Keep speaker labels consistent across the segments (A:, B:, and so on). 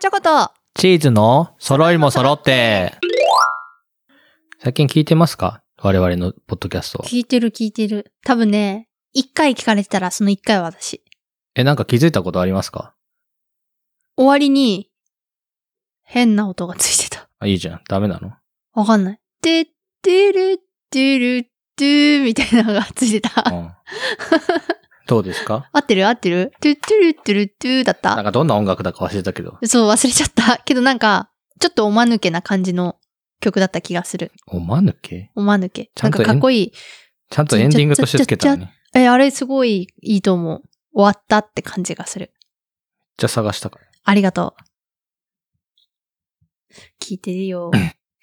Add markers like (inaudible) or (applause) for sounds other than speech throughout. A: チョコと
B: チーズの揃いも揃って。最近聞いてますか我々のポッドキャスト。
A: 聞いてる聞いてる。多分ね、一回聞かれてたらその一回は私。
B: え、なんか気づいたことありますか
A: 終わりに、変な音がついてた。
B: あ、いいじゃん。ダメなの
A: わかんない。てってるってるってみたいなのがついて
B: う
A: た。
B: ん。どうですか
A: 合ってる合ってるてってるってるってだっ
B: なん
A: た
B: かどんな音楽だか忘れたけど。
A: そう、忘れちゃった。けどなんか、ちょっとおまぬけな感じの曲だった気がする。
B: おまぬけ
A: おまぬけ。
B: ち
A: なん
B: ゃんと
A: かかっこいい。
B: ちゃんとエンディングとしてつけたのね。
A: え、あれすごいいいと思う。終わったって感じがする。
B: じゃあ探したから。
A: ありがとう。聞いてるよ。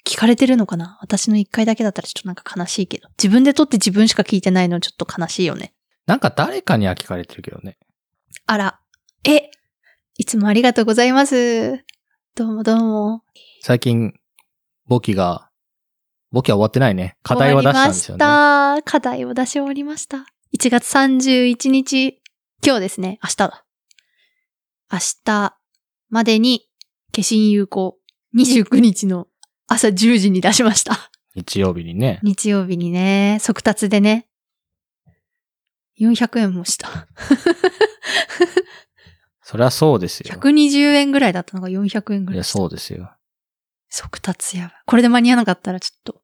A: 聞かれてるのかな私の一回だけだったらちょっとなんか悲しいけど。自分で撮って自分しか聞いてないのちょっと悲しいよね。
B: なんか誰かには聞かれてるけどね。
A: あら。え、いつもありがとうございます。どうもどうも。
B: 最近、簿記が、簿記は終わってないね。課題は出したんですよね
A: 終。わりました。課題を出し終わりました。1月31日、今日ですね。明日だ。明日までに、化身有効。29日の朝10時に出しました。
B: 日曜日にね。
A: 日曜日にね、速達でね、400円もした。
B: そりゃそうですよ。
A: 120円ぐらいだったのが400円ぐ
B: い
A: ら
B: や、
A: い。
B: そうですよ。
A: 速達やばい。これで間に合わなかったらちょっと、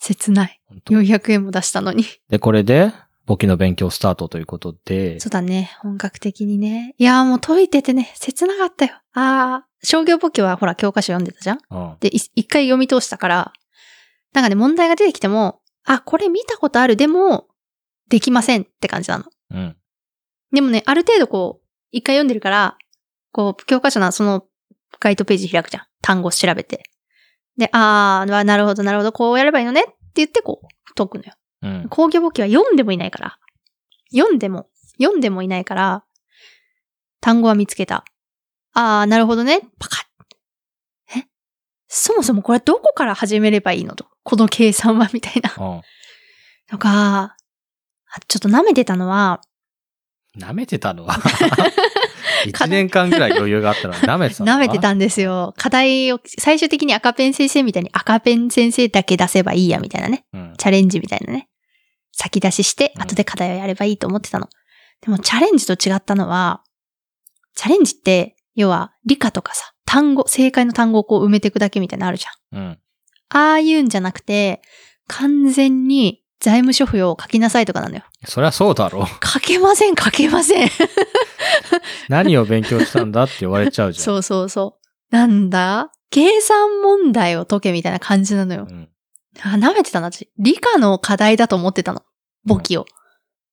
A: 切ない。
B: 本当
A: 400円も出したのに。
B: で、これで、簿記の勉強スタートということで、
A: そうだね、本格的にね。いやーもう解いててね、切なかったよ。あー、商業簿記はほら教科書読んでたじゃん
B: うん。
A: で、い一回読み通したから、なんかね、問題が出てきても、あ、これ見たことある、でも、できませんって感じなの。
B: うん。
A: でもね、ある程度こう、一回読んでるから、こう、教科書のそのガイドページ開くじゃん。単語調べて。で、あー、なるほど、なるほど、こうやればいいのねって言ってこう、解くのよ。
B: うん。
A: 工業簿記は読んでもいないから。読んでも、読んでもいないから、単語は見つけた。あー、なるほどね。パカッ。えそもそもこれどこから始めればいいのと。この計算はみたいな。
B: うん。
A: とか、あちょっと舐めてたのは、
B: 舐めて
A: (laughs)
B: たのは
A: 課
B: 一
A: 題
B: 年間ぐらい余裕があったのに舐めてたのは
A: 舐めてたんですよ。課題を、最終的に赤ペン先生みたいに赤ペン先生だけ出せばいいや、みたいなね。
B: うん。
A: チャレンジみたいなね。先出しして、
B: うん
A: 後で課題をやればいいと思ってたの。でもチャレンジと違ったのは、チャレンジって、要は理科とかさ、単語、正解の単語をこう埋めていくだけみたいなのあるじゃん。
B: うん。
A: ああいうんじゃなくて、完全に財務諸表を書きなさいとかなのよ。
B: そりゃそうだろう。
A: 書けません、書けません。
B: 何を勉強したんだって言われちゃうじゃん。
A: そうそうそう。なんだ計算問題を解けみたいな感じなのよ。
B: うん。
A: あ、舐めてたな、私。理科の課題だと思ってたの。簿記を。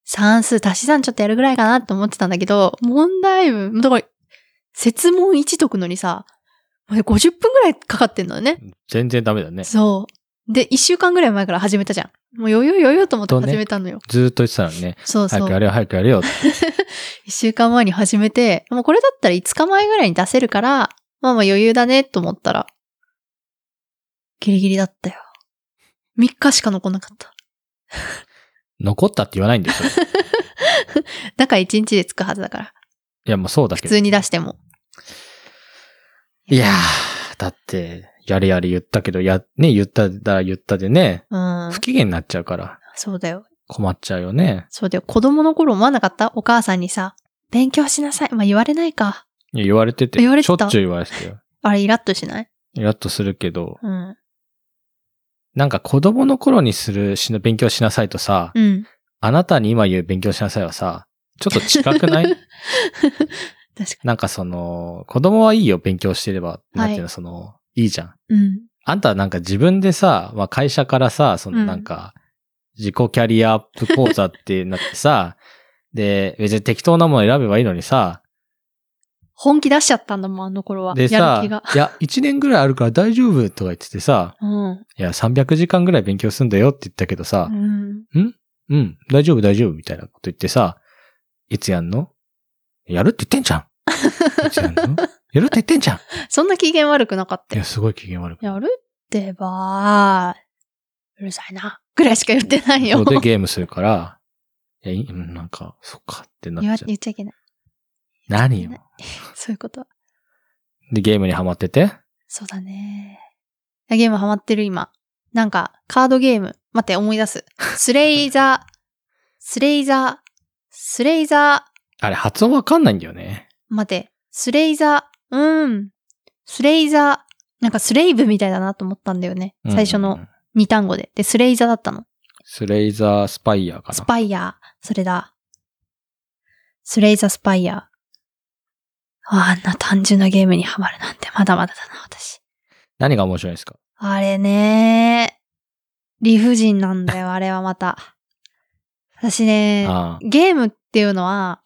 A: 算数足し算ちょっとやるぐらいかなと思ってたんだけど、問題文、だから、設問1解くのにさ、もうね50分ぐらいかかってんのよね。
B: 全然ダメだね。
A: そう。で、1週間ぐらい前から始めたじゃん。もう余裕余裕と思って
B: そうね
A: 始めたのよ。
B: ずーっと言ってたのにね。
A: そうそ
B: 早
A: う。
B: くや
A: 1
B: れよ、早くやれよって。
A: 週間前に始めて、もうこれだったら5日前ぐらいに出せるから、まあまあ余裕だねと思ったら、ギリギリだったよ。3日しか残んなかった。
B: 残ったって言わないんですよ。
A: だから1日でつくはずだから。
B: いや、まあそうだけ
A: 普
B: ど。
A: 通に出しても。
B: いやー、だって、やれやれ言ったけど、や、ね、言ったら言ったでね、
A: うん
B: 不。機嫌になっちゃうから、
A: そうだよ。
B: 困っちゃうよね。
A: そうだよ。子供の頃思わなかったお母さんにさ、勉強しなさい。まあ、言われないか。
B: いや言われてて、
A: 言われて
B: しょ
A: た
B: っちゅう言われてたよ。
A: あれ、イラッとしない
B: イラッとするけど、
A: うん。
B: なんか子供の頃にするしな勉強しなさいとさ、
A: うん。
B: あなたに今言う勉強しなさいはさ、ちょっと近くない
A: (laughs) 確か
B: なんかその、子供はいいよ、勉強してれば。なんていうの、
A: はい
B: その、いいじゃん。
A: に。うん。
B: あんたはなんか自分でさ、まあ会社からさ、その
A: うん
B: なんか、自己キャリアアップ講座ってなって
A: (laughs)
B: さ、で、別に適当なもの選べばいいのにさ、
A: 本気出しちゃったんだもん、あの頃は。
B: で
A: やる
B: さ、
A: 気が。
B: いや、1年ぐらいあるから大丈夫とか言っててさ、
A: うん。
B: いや、300時間ぐらい勉強すんだよって言ったけどさ
A: う、ん。
B: うん、大丈夫大丈夫みたいなこと言ってさ、いつやんのやるって言ってんじゃん。いつやんのやるって言ってんじゃん。
A: そんな機嫌悪くなかった
B: い
A: よ
B: や、。すごい機嫌悪く。
A: やるってばうるさいな。ぐらいしか言ってない
B: そ
A: よ。
B: うでゲームするから、いやいい、うんなんか、そっかってな
A: 言わ
B: っちゃう
A: 言。っちゃいけない。
B: 何よ。
A: そういうこと。
B: で、ゲームにハマってて。
A: そうだね。ゲームハマってる今。なんか、カードゲーム。待って、思い出す。スレイザー、 (laughs) スレイザー、スレイザー、
B: あれ、発音わかんないんだよね。
A: 待って、スレイザー、うーん、スレイザー、なんかスレイブみたいだなと思ったんだよね。最初
B: うんう
A: の
B: んうん。
A: 2単語で。で、スレイザーだったの。
B: スレイザースパイヤーか
A: ス
B: な。
A: パイヤー。それだ。スレイザースパイヤー。あんな単純なゲームにハマるなんてまだまだだな、私。
B: 何が面白いですか
A: あれね理不尽なん (laughs) だよ、あれはまた。私ね、
B: ああ
A: ゲームっていうのは、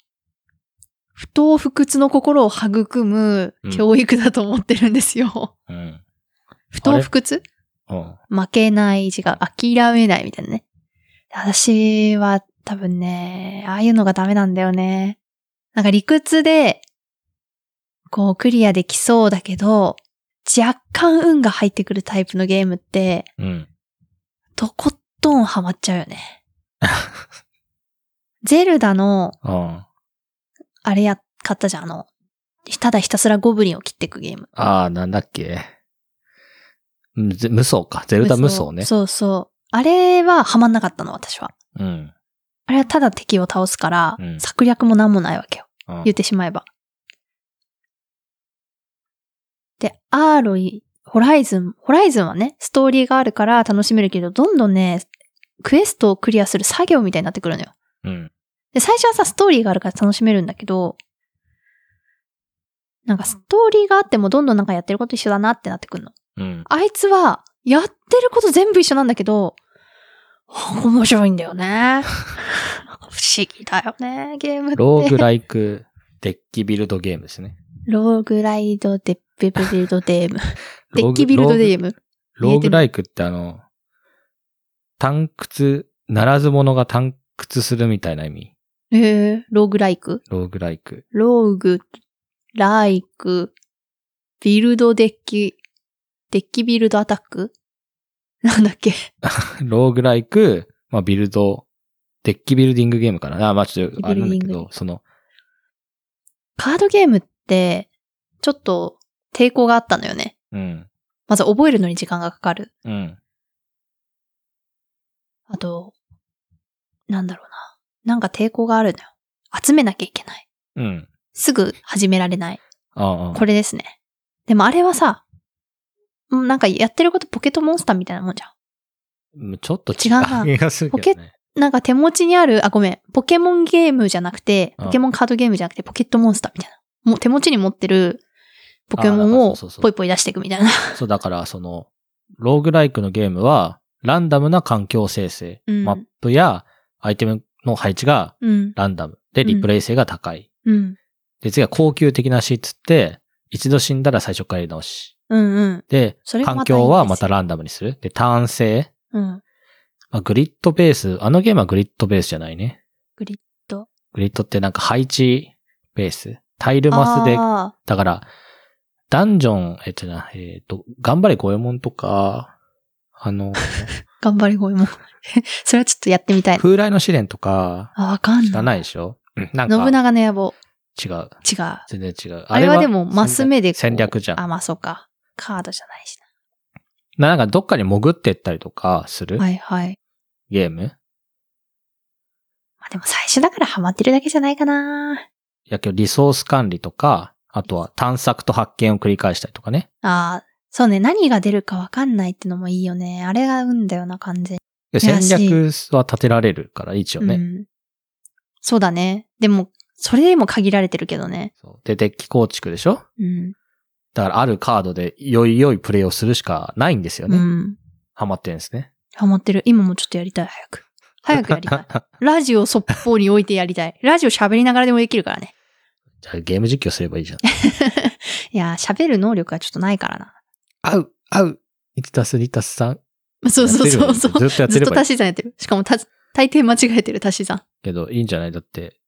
A: 不当不屈の心を育む教育だと思ってるんです (laughs) よ。
B: うん。
A: 不当不屈
B: うん。
A: 負けない、違う、諦めないみたいなね。私は多分ね、ああいうのがダメなんだよね。なんか理屈で、こうクリアできそうだけど、若干運が入ってくるタイプのゲームって、
B: うん。
A: とことんハマっちゃうよ
B: (laughs)
A: ね。ゼルダの、
B: あ
A: あれや、買ったじゃん、あの、ただひたすらゴブリンを切っていくゲーム。
B: あー、なんだっけ。うんゼ無双か。ゼルダ無双ね。
A: そうそう。あれはハマんなかったの、私は。
B: うん。
A: あれはただ敵を倒すから、
B: うん
A: 策略もなんもないわけよ。
B: うん
A: 言ってしまえば。で、アーロイ、ホライズン、ホライズンはね、ストーリーがあるから楽しめるけど、どんどんね、クエストをクリアする作業みたいになってくるのよ。
B: うん。
A: で、最初はさ、ストーリーがあるから楽しめるんだけど、なんかストーリーがあってもどんどんなんかやってること一緒だなってなってくるの。
B: うん。
A: あいつは、やってること全部一緒なんだけど、面白いんだよね。不思議だよね、ゲームって。
B: (laughs) ローグライクデッキビルドゲームですね。
A: ローグライドデッペブビルドデーム。デ
B: ロー
A: ッ
B: グ
A: キビルドデーム。
B: ローグローグライクってあの、単屈、ならず者が単屈するみたいな意味。
A: えー、ローグライク。
B: ローグライク。 (laughs)
A: ローグ、ライク、ビルドデッキ、デッキビルドアタックなんだっけ
B: ローグライク、まあビルド、デッキビルディングゲームかな。あまあちょっとあれなんだ
A: ビル
B: け
A: ディン
B: ど、その、
A: カードゲームって、ちょっと抵抗があったのよね。
B: うん、
A: まず覚えるのに時間がかかる。
B: うん、
A: あと、なんだろうな。なんか抵抗があるのよ。集めなきゃいけない。
B: うん。
A: すぐ始められない。
B: ああ、
A: これですね。でもあれはさ、もうなんかやってることポケットモンスターみたいなもんじゃ
B: うんちょっと
A: 違うな
B: 気がするけどね。
A: ん。なんか手持ちにある、あ、ごめん、ポケモンゲームじゃなくて、
B: うん
A: ポケモンカードゲームじゃなくて、ポケットモンスターみたいな。もう手持ちに持ってるポケモ
B: あ
A: ン
B: なん
A: を
B: かそうそうそう
A: ポイポイ出していくみたいな。
B: そう、だからその、ローグライクのゲームは、ランダムな環境生成。
A: うん
B: マップやアイテムの配置が
A: うん。
B: ランダム。で、
A: うん
B: リプレイ性が高い。
A: うん。
B: で、次は高級的な死っつって、一度死んだら最初からやり直し。
A: うんうん。
B: で、
A: それがま
B: 環
A: たいいんですよ
B: 境はまたランダムにする。で、ターン性。
A: うん。
B: まあ、グリッドベース。あのゲームはグリッドベースじゃないね。
A: グリッド。
B: グリッドってなんか配置ベース。タイルマスで、
A: あ
B: だから、ダンジョン、えっとな、えっ、と、頑張れ五右衛門とか、あの、
A: ー頑張り声も。 (laughs) それはちょっとやってみたいな。
B: 風来の試練とか、
A: あ、わかん
B: 知ら
A: ない。
B: ないでしょうんなん
A: 信
B: か、
A: 長の野望。
B: 違う。
A: 違う。あ
B: 全然違う。
A: れはでも、マス目でこう
B: 戦略じゃん。
A: あ、まあそうか。カードじゃないし
B: なんかどっかに潜ってったりとかする
A: な。はいはい。
B: ゲーム
A: まあでも最初だからハマってるだけじゃないかな。
B: やけどリソース管理とか、あとは探索と発見を繰り返したりとかね。
A: ああ、そうね。何が出るかわかんないってのもいいよね。あれが運だよな、完全
B: で
A: いや
B: 戦略は立てられるから、一応
A: に。
B: ね。
A: うん。そうだね。でも、それでも限られてるけどね。
B: そうで、デッキ構築でしょ
A: うん。
B: だからあるカードでよいよいプレイをするしかないんですよ
A: う
B: ね。
A: ん。
B: ハマってるんですね。
A: ハマってる。今もちょっとやりたい、早く。早くや (laughs) りたい。ラジオそっぽに置いてやりたい。ラジオ喋りながらでもできるからね。 (laughs)
B: じゃあゲーム実況すればいいじゃん。
A: いやー、喋る能力がちょっとないからな。
B: 合う合う !1 たす2たす3。
A: そうそうそうそう。
B: ずっと
A: ず
B: やって
A: っ
B: れ
A: と
B: ばいい
A: 足し算やってる。しかもた、大抵間違えてる足し算。
B: けど、いいんじゃないだって、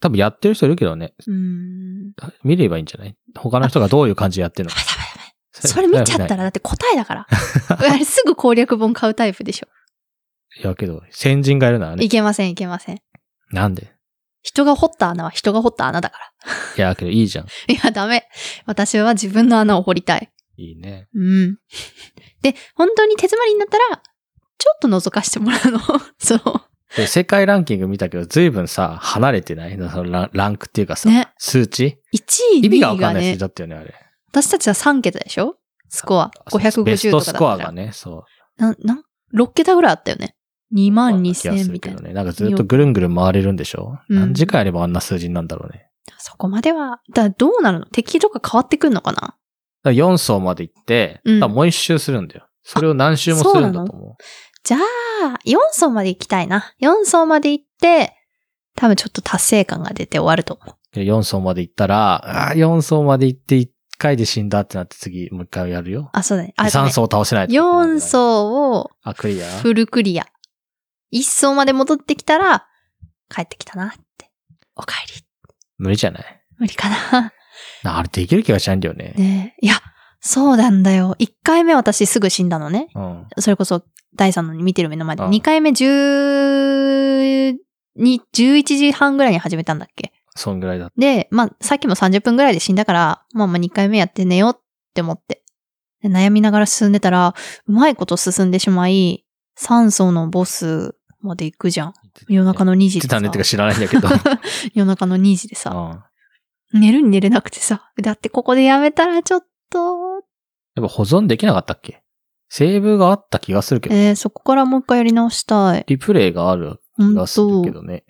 B: 多分やってる人いるけどね。
A: うーん。
B: 見ればいいんじゃない他の人がどういう感じでやってる
A: ダ
B: の
A: メ
B: か。
A: ダメダメ。 (laughs) それ見ちゃったら、だって答えだ (laughs) から。あれすぐ攻略本買う (laughs) タイプでしょ。
B: いやけど、先人がいるならね
A: い。けません、いけません。
B: なんで
A: 人が掘った穴は人が掘った穴だか
B: いや、けどいいじゃん。
A: ら。いや、ダメ。私は自分の穴を掘りたい。
B: いいね。
A: うん。で、本当に手詰まりになったら、ちょっと覗かしてもらうの。 (laughs) そう。
B: で、世界ランキング見たけど、随分さ、離れてないそのランランクっていうかさ、
A: ね
B: 数値
A: 1位、
B: 意味が
A: 2
B: わ
A: 位
B: か
A: が
B: んない
A: ね
B: 数字、だったよね、あれ。
A: 私たちは3桁でしょスコア。
B: ベス
A: 550とかだった
B: トス
A: から。
B: コアがね、そう。
A: な、なん、6桁ぐらいあったよね。2万
B: 気がす
A: 2000
B: る
A: みた
B: け
A: いな
B: ど。ね。なんかずっとぐるんぐるん回れるんでしょ、
A: うん
B: 何時間やればあんな数字になんだろうね。
A: そこまでは、だからどうなるの敵とか変わってくんのかな
B: だから4層まで行って、
A: うん
B: 多分もう一周するんだよ。それを何周もするんだと思
A: じゃあ、4層まで行きたいな。4層まで行って、多分ちょっと達成感が出て終わると思う。
B: う。で4層まで行ったら、あー4層まで行って1回で死んだってなって次もう一回やるよ。
A: あ、そうだね。あ、
B: 3層倒せないといけないんだよ
A: 4。層を
B: あ、クリア
A: フルクリア。1層まで戻ってきたら、帰ってきたなって。お帰り。
B: 無理じゃない
A: 無理かな。
B: なあれできる気がしないんだよね。
A: ねえいや、そうなんだよ。1回目私すぐ死んだのね。
B: うん。
A: それこそ第3の見てる目の前で。
B: うん
A: 2回目10に、11時半ぐらいに始めたんだっけ
B: そんぐらいだっ
A: で、まあ、さっきも30分ぐらいで死んだから、まあまあ2回目やって寝ようって思って。で悩みながら進んでたら、うまいこと進んでしまい、3層のボスまで行くじゃん。
B: た。
A: 夜中
B: の。
A: の2時で
B: 言って
A: さ
B: たねってか知らないんだ
A: (laughs)
B: けど。
A: 夜中の2時でさ、
B: うん。
A: 寝るに寝れなくてさ、だってここでやめたらちょっと、
B: やっぱ保存できなかったっけセーブがあった気がするけど。
A: えー、そこからもう一回やり直したい。
B: リプレイがある気
A: 本
B: がするけ
A: 当
B: どね。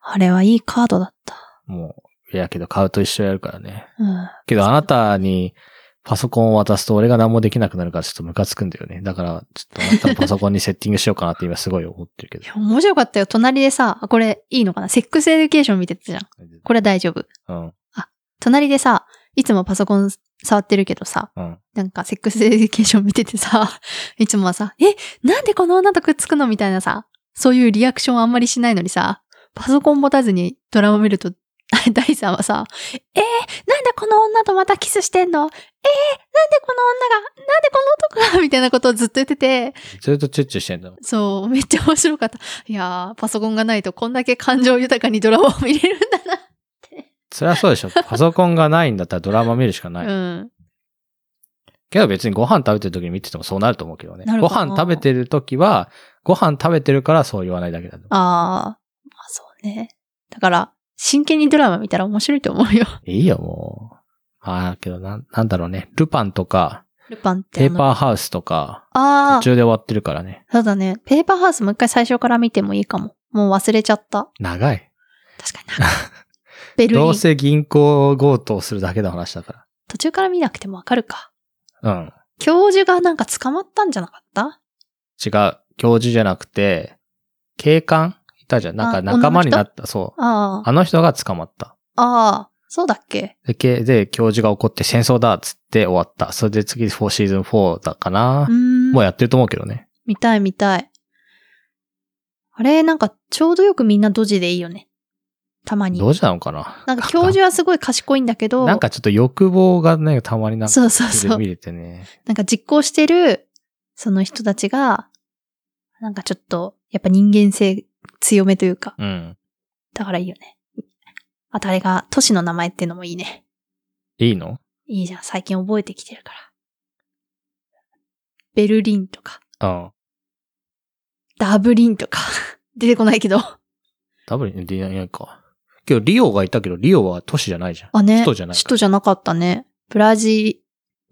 A: あれはいいカードだった。
B: もう、いやけど買うと一緒やるからね。
A: うん。
B: けどあなたにパソコンを渡すと俺が何もできなくなるからちょっとムカつくんだよね。だから、ちょっとあなたのパソコンにセッティングしようかなって今すごい思ってるけ
A: い
B: ど。
A: や、面白かったよ。隣でさ、あこれいいのかなセックスエデュケーション見てたじゃん。これ大丈夫。
B: うん、
A: 隣でさ、いつもパソコン触ってるけどさ、
B: うん。
A: なんかセックスエデュケーション見ててさ、 (laughs) いつもはさ、え、なんでこの女とくっつくのみたいなさ、そういうリアクションあんまりしないのにさ、パソコン持たずにドラマ見ると、 (laughs) 大さんはさ、えー、なんでこの女とまたキスしてんのえー、なんでこの女が、なんでこの男がみたい (laughs) なことをずっと言ってて、
B: ずっとチュッチュしてんだもん。
A: そう、めっちゃ面白かった。いやー、パソコンがないとこんだけ感情豊かにドラマを見れるんだな。
B: 辛そう
A: (laughs)
B: でしょ。パソコンがないんだったらドラマ見るしかない。
A: うん。
B: けど別にご飯食べてる時に見ててもそうなると思うけどね
A: な。る
B: ご
A: かな
B: 飯食べてる時は、ご飯食べてるからそう言わないだけだと。
A: あー、まあそうね。だから、真剣にドラマ見たら面白いと思うよ。
B: いいよ、もう。まあ、けどなん、なんだろうね。ルパンとか、
A: (laughs) ルパンって
B: ペ
A: あ
B: ー
A: の。
B: パーハウスとか、
A: あー、
B: 途中で終わってるからね。
A: そうだね。ペーパーハウスもう一回最初から見てもいいかも。もう忘れちゃった。
B: 長い。
A: 確かに
B: (laughs)
A: な。ベルリ
B: ど
A: ン
B: う。せ銀行強盗するだけの話だか
A: 途中から見なくてもわかるか。
B: ら。うん。
A: 教授がなんか捕まったんじゃなかった
B: 違う。教授じゃなくて、警官いたじゃん。なん
A: あ
B: か仲間に
A: 女の
B: な
A: 人
B: った。そう。
A: あー、
B: あの人が捕まった。
A: あー、そうだっけ
B: で、けで教授が怒って戦争だっつって終わった。それで次4シーズン4だかな
A: うー。ん
B: もう。やってると思うけどね。
A: 見たい見たい。あれ、なんかちょうどよくみんなドジでいいよね。たまに。
B: どうしたのかな
A: なんか教授はすごい賢いんだけど、
B: なんかちょっと欲望がね、たまになんか
A: そうそうそう
B: 見れてね。
A: なんか実行してる、その人たちが、なんかちょっと、やっぱ人間性強めというか、
B: うん。
A: だからいいよね。あとあれが、都市の名前ってのもいいね。
B: いいの
A: いいじゃん。最近覚えてきてるから。ベルリンとか、
B: うん。
A: ダブリンとか、 (laughs) 出てこないけど。
B: ダブリン、リないか。けど、リオがいたけど、リオは都市じゃないじゃん。
A: あね。
B: 首都じゃないから
A: 首都じゃなかったね。ブラジ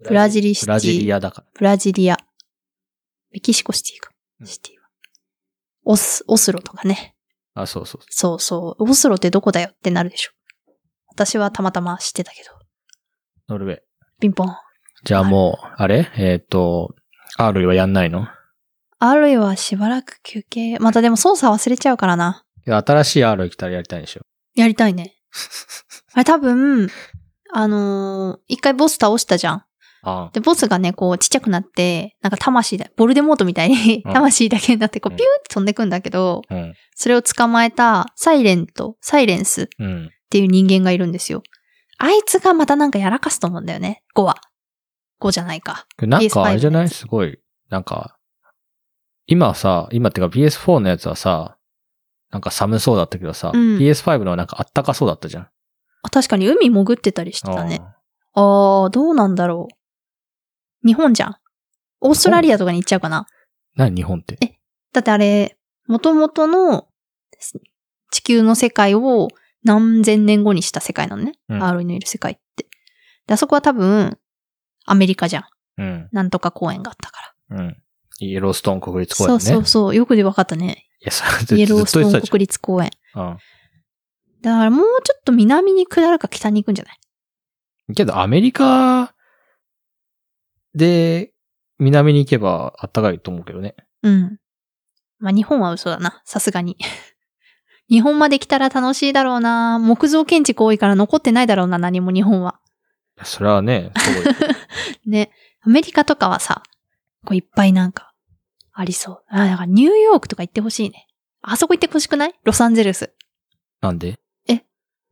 A: ブラジリシティ
B: ブラジリアだから。
A: ブラジリア。メキシコシティか
B: う。ん
A: シティは。オス、オスロとかね。
B: あ、そうそう。
A: そうそう。オスロってどこだよってなるでしょ。私はたまたま知ってたけど。
B: ノルウェー。
A: ピンポン。
B: じゃあもう、あれえっ、と、R はやんないの
A: あるいはしばらく休憩。またでも操作忘れちゃうからな。
B: いや新しい R 来たらやりたいんでしょ。
A: やりたい
B: (laughs)
A: ね。あれ多分、あのー一回ボス倒したじゃん。
B: あ
A: で、ボスがね、こう、ちっちゃくなって、なんか魂だ、ボルデモートみたいに、
B: うん
A: 魂だけになって、こう、
B: うん
A: ピューって飛んでくんだけど、
B: あ。うん。
A: それを捕まえた、サイレント、サイレンス
B: うん。
A: っていう人間がいるんですよ。あいつがまたなんかやらかすと思うんだよね。5は。5じゃないか。
B: なんかあれじゃ
A: PS5 の
B: な
A: や
B: い
A: つ
B: すごい。なんか、今さ、今ってか PS4 のやつはさ、なんか寒そうだったけどさ、
A: うん
B: PS5 のはなんかあったかそうだったじゃん。
A: あ確かに海潜ってたりしてたね。
B: あ
A: ああ、どうなんだろう。日本じゃん。オーストラリアとかに行っちゃうかな。
B: ー何日本って。
A: だってあれ、元々のす地球の世界を何千年後にした世界なのね。
B: うん
A: R のいる世界って。で、あそこは多分、アメリカじゃん。
B: うん。
A: なんとか公園があったから。
B: うん。イエローストーン国立公園
A: そ
B: ね。
A: うそうそう。よくで分かったね。
B: いや、それず
A: イエロー
B: ず
A: スト
B: っと言っ
A: ー
B: て
A: ン
B: たじ
A: 国立公園。
B: ゃん。うん。
A: だからもうちょっと南に下るか北に行くんじゃない
B: けど、アメリカで、南に行けばあったかいと思うけどね。
A: うん。まあ日本は嘘だな。さすがに。 (laughs) 日本まで来たら楽しいだろうな。木造建築多いから残ってないだろうな。何も日本は。
B: それはね、す
A: (laughs)
B: ごい。
A: ね。アメリカとかはさ、こういっぱいなんか、ありそう。あ、だからニューヨークとか行ってほしいね。あそこ行ってほしくないロサンゼルス。
B: なんで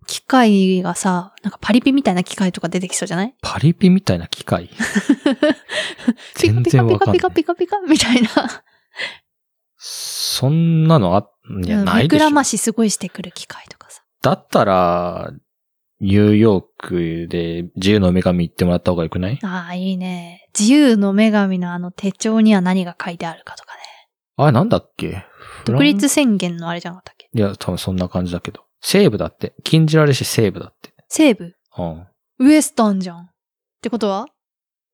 A: 機械がさ、なんかパリピみたいな機械とか出てきそうじゃない
B: パリピみたいな
A: (laughs)
B: 機械
A: ピカ
B: 全
A: ピカ
B: 然
A: ピ
B: わか
A: カ
B: んな
A: ピ
B: い
A: カ。ピカピカみたいな。
B: そんなのあ、いや、
A: うん
B: な
A: 目
B: いで
A: く
B: しょ
A: ら。ましすごいしてくる機械とかさ。
B: だったら、ニューヨークで自由の女神行ってもらった方がよくない
A: ああ、いいね。自由の女神のあの手帳には何が書いてあるかとかね。
B: あれ、なんだっけフラン
A: 独立宣言のあれじゃなかったっけ
B: いや、多分そんな感じだけど。西部だって。禁じられるし西部だって。
A: 西部
B: うん。
A: ウエスタンじゃん。ってことは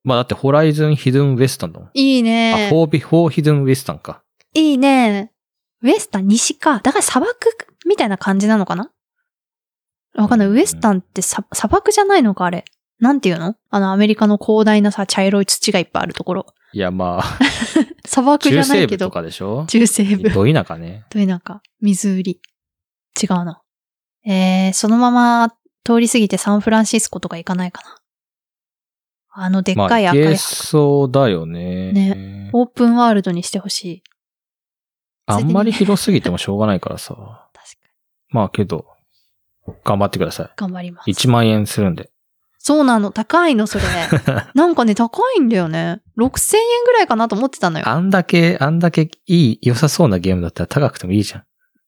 B: まあだってホライズンヒドゥンウエスタンだもん。
A: いい
B: あ、
A: ね
B: フ。ォービ、フォーヒドゥンウエスタンか。
A: いいね。ウエスタン、西か。だから砂漠みたいな感じなのかなわかんない。
B: うん
A: ウエスタンってさ砂漠じゃないのかあれ。なんていうのあのアメリカの広大なさ、茶色い土がいっぱいあるところ。
B: いや、まあ、
A: 砂漠じ
B: 中
A: ゃないけ
B: 西部と
A: ど。
B: かでしょ
A: 中西部。
B: ど田舎ね。
A: というなんか、水売り。違うな。えー、そのまま通り過ぎてサンフランシスコとか行かないかな。あのでっ
B: ま
A: かい
B: あ、
A: 赤い、
B: いけそうだよね。ね。
A: オープンワールドにしてほしい。
B: あんまり広すぎてもしょうがないからさ。
A: 確か
B: まあけど、頑張ってくださ
A: に。頑張ります。
B: い。1万円するんで。
A: そうなの、高いの、
B: (laughs)
A: それ。なんかね、高いんだよね。6000円ぐらいかなと思ってたのよ。
B: あんだけ、あんだけいい、良さそうなゲームだったら高くてもいいじゃん。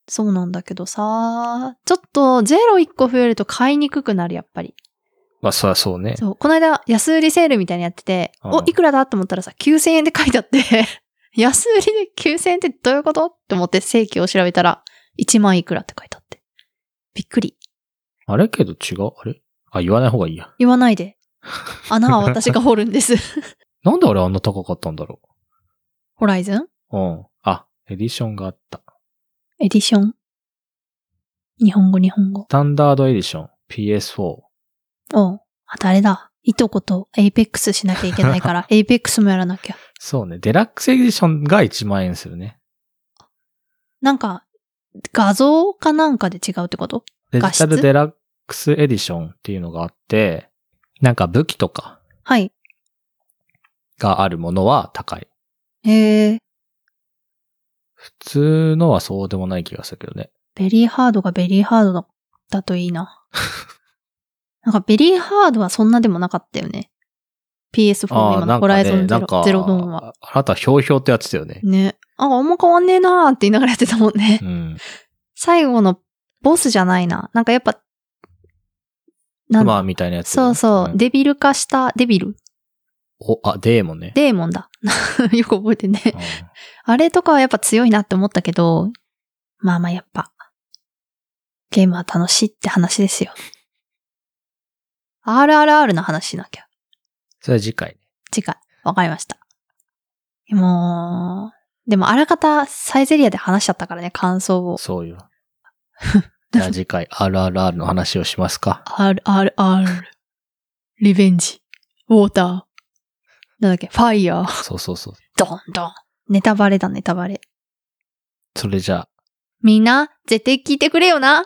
A: そうなんだけどさ、ちょっとゼロ1個増えると買いにくくなる、やっぱり。
B: まあそりゃそうね。
A: そう、この間安売りセールみたいにやってて、
B: うん
A: お、いくらだと思ったらさ、9000円で書いてあ (laughs) って、安売りで9000円ってどういうことって思って正規を調べたら、1万いくらって書いてあって。びっくり。
B: あれけど違うあれあ、言わない方がいいや。
A: 言わないで。穴は私が掘るんです。
B: なんであれあんな高かったんだろ
A: ホライズン
B: う。うん。あ、エディションがあった。
A: エディション日本語、日本語
B: ス。タンダードエディション、PS4。
A: おう。あとあれだ。いとことエイペックスしなきゃいけないから、エイペックスもやらなきゃ。
B: そうね。デラックスエディションが1万円するね。
A: なんか、画像かなんかで違うってこと
B: デ
A: 画
B: ジ
A: 質
B: タルデラックスエディションっていうのがあって、なんか武器とか
A: はい。
B: があるものは高い。
A: えー、
B: 普通のはそうでもない気がするけどね。
A: ベリーハードがベリーハードだだといい
B: (laughs)
A: な。なんかベリーハードはそんなでもなかったよね。PS4 の今のホライゾンゼ
B: なんか
A: ロゼロドンは。
B: あなたひょうひょうってやつだよね。
A: ね。あ、あんま変わんねえなーって言いながらやってたもんね。
B: うん。
A: 最後のボスじゃないな。なんかやっぱ、なん
B: まあ、みたいなやつ。
A: そうそう、
B: ん
A: デビル化した、デビル
B: お、あ、デーモンね。
A: デーモンだ。 (laughs) よく覚えてね。
B: うん
A: あれとかはやっぱ強いなって思ったけど、まあまあやっぱ、ゲームは楽しいって話ですよ。RRR の話しなきゃ。
B: それは次回。
A: 次回。わかりました。もう、でもあらかたサイゼリアで話しちゃったからね、感想を。
B: そ
A: (laughs)
B: うよ。じゃあ次回、RRR の話をしますか。
A: RRR。リベンジ。ウォーター。なんだっけ、ファイヤー。
B: そうそうそう。
A: ドンドン。ネタバレだ、ネタバレ。
B: それじゃあ、
A: みんな、絶対聞いてくれよな。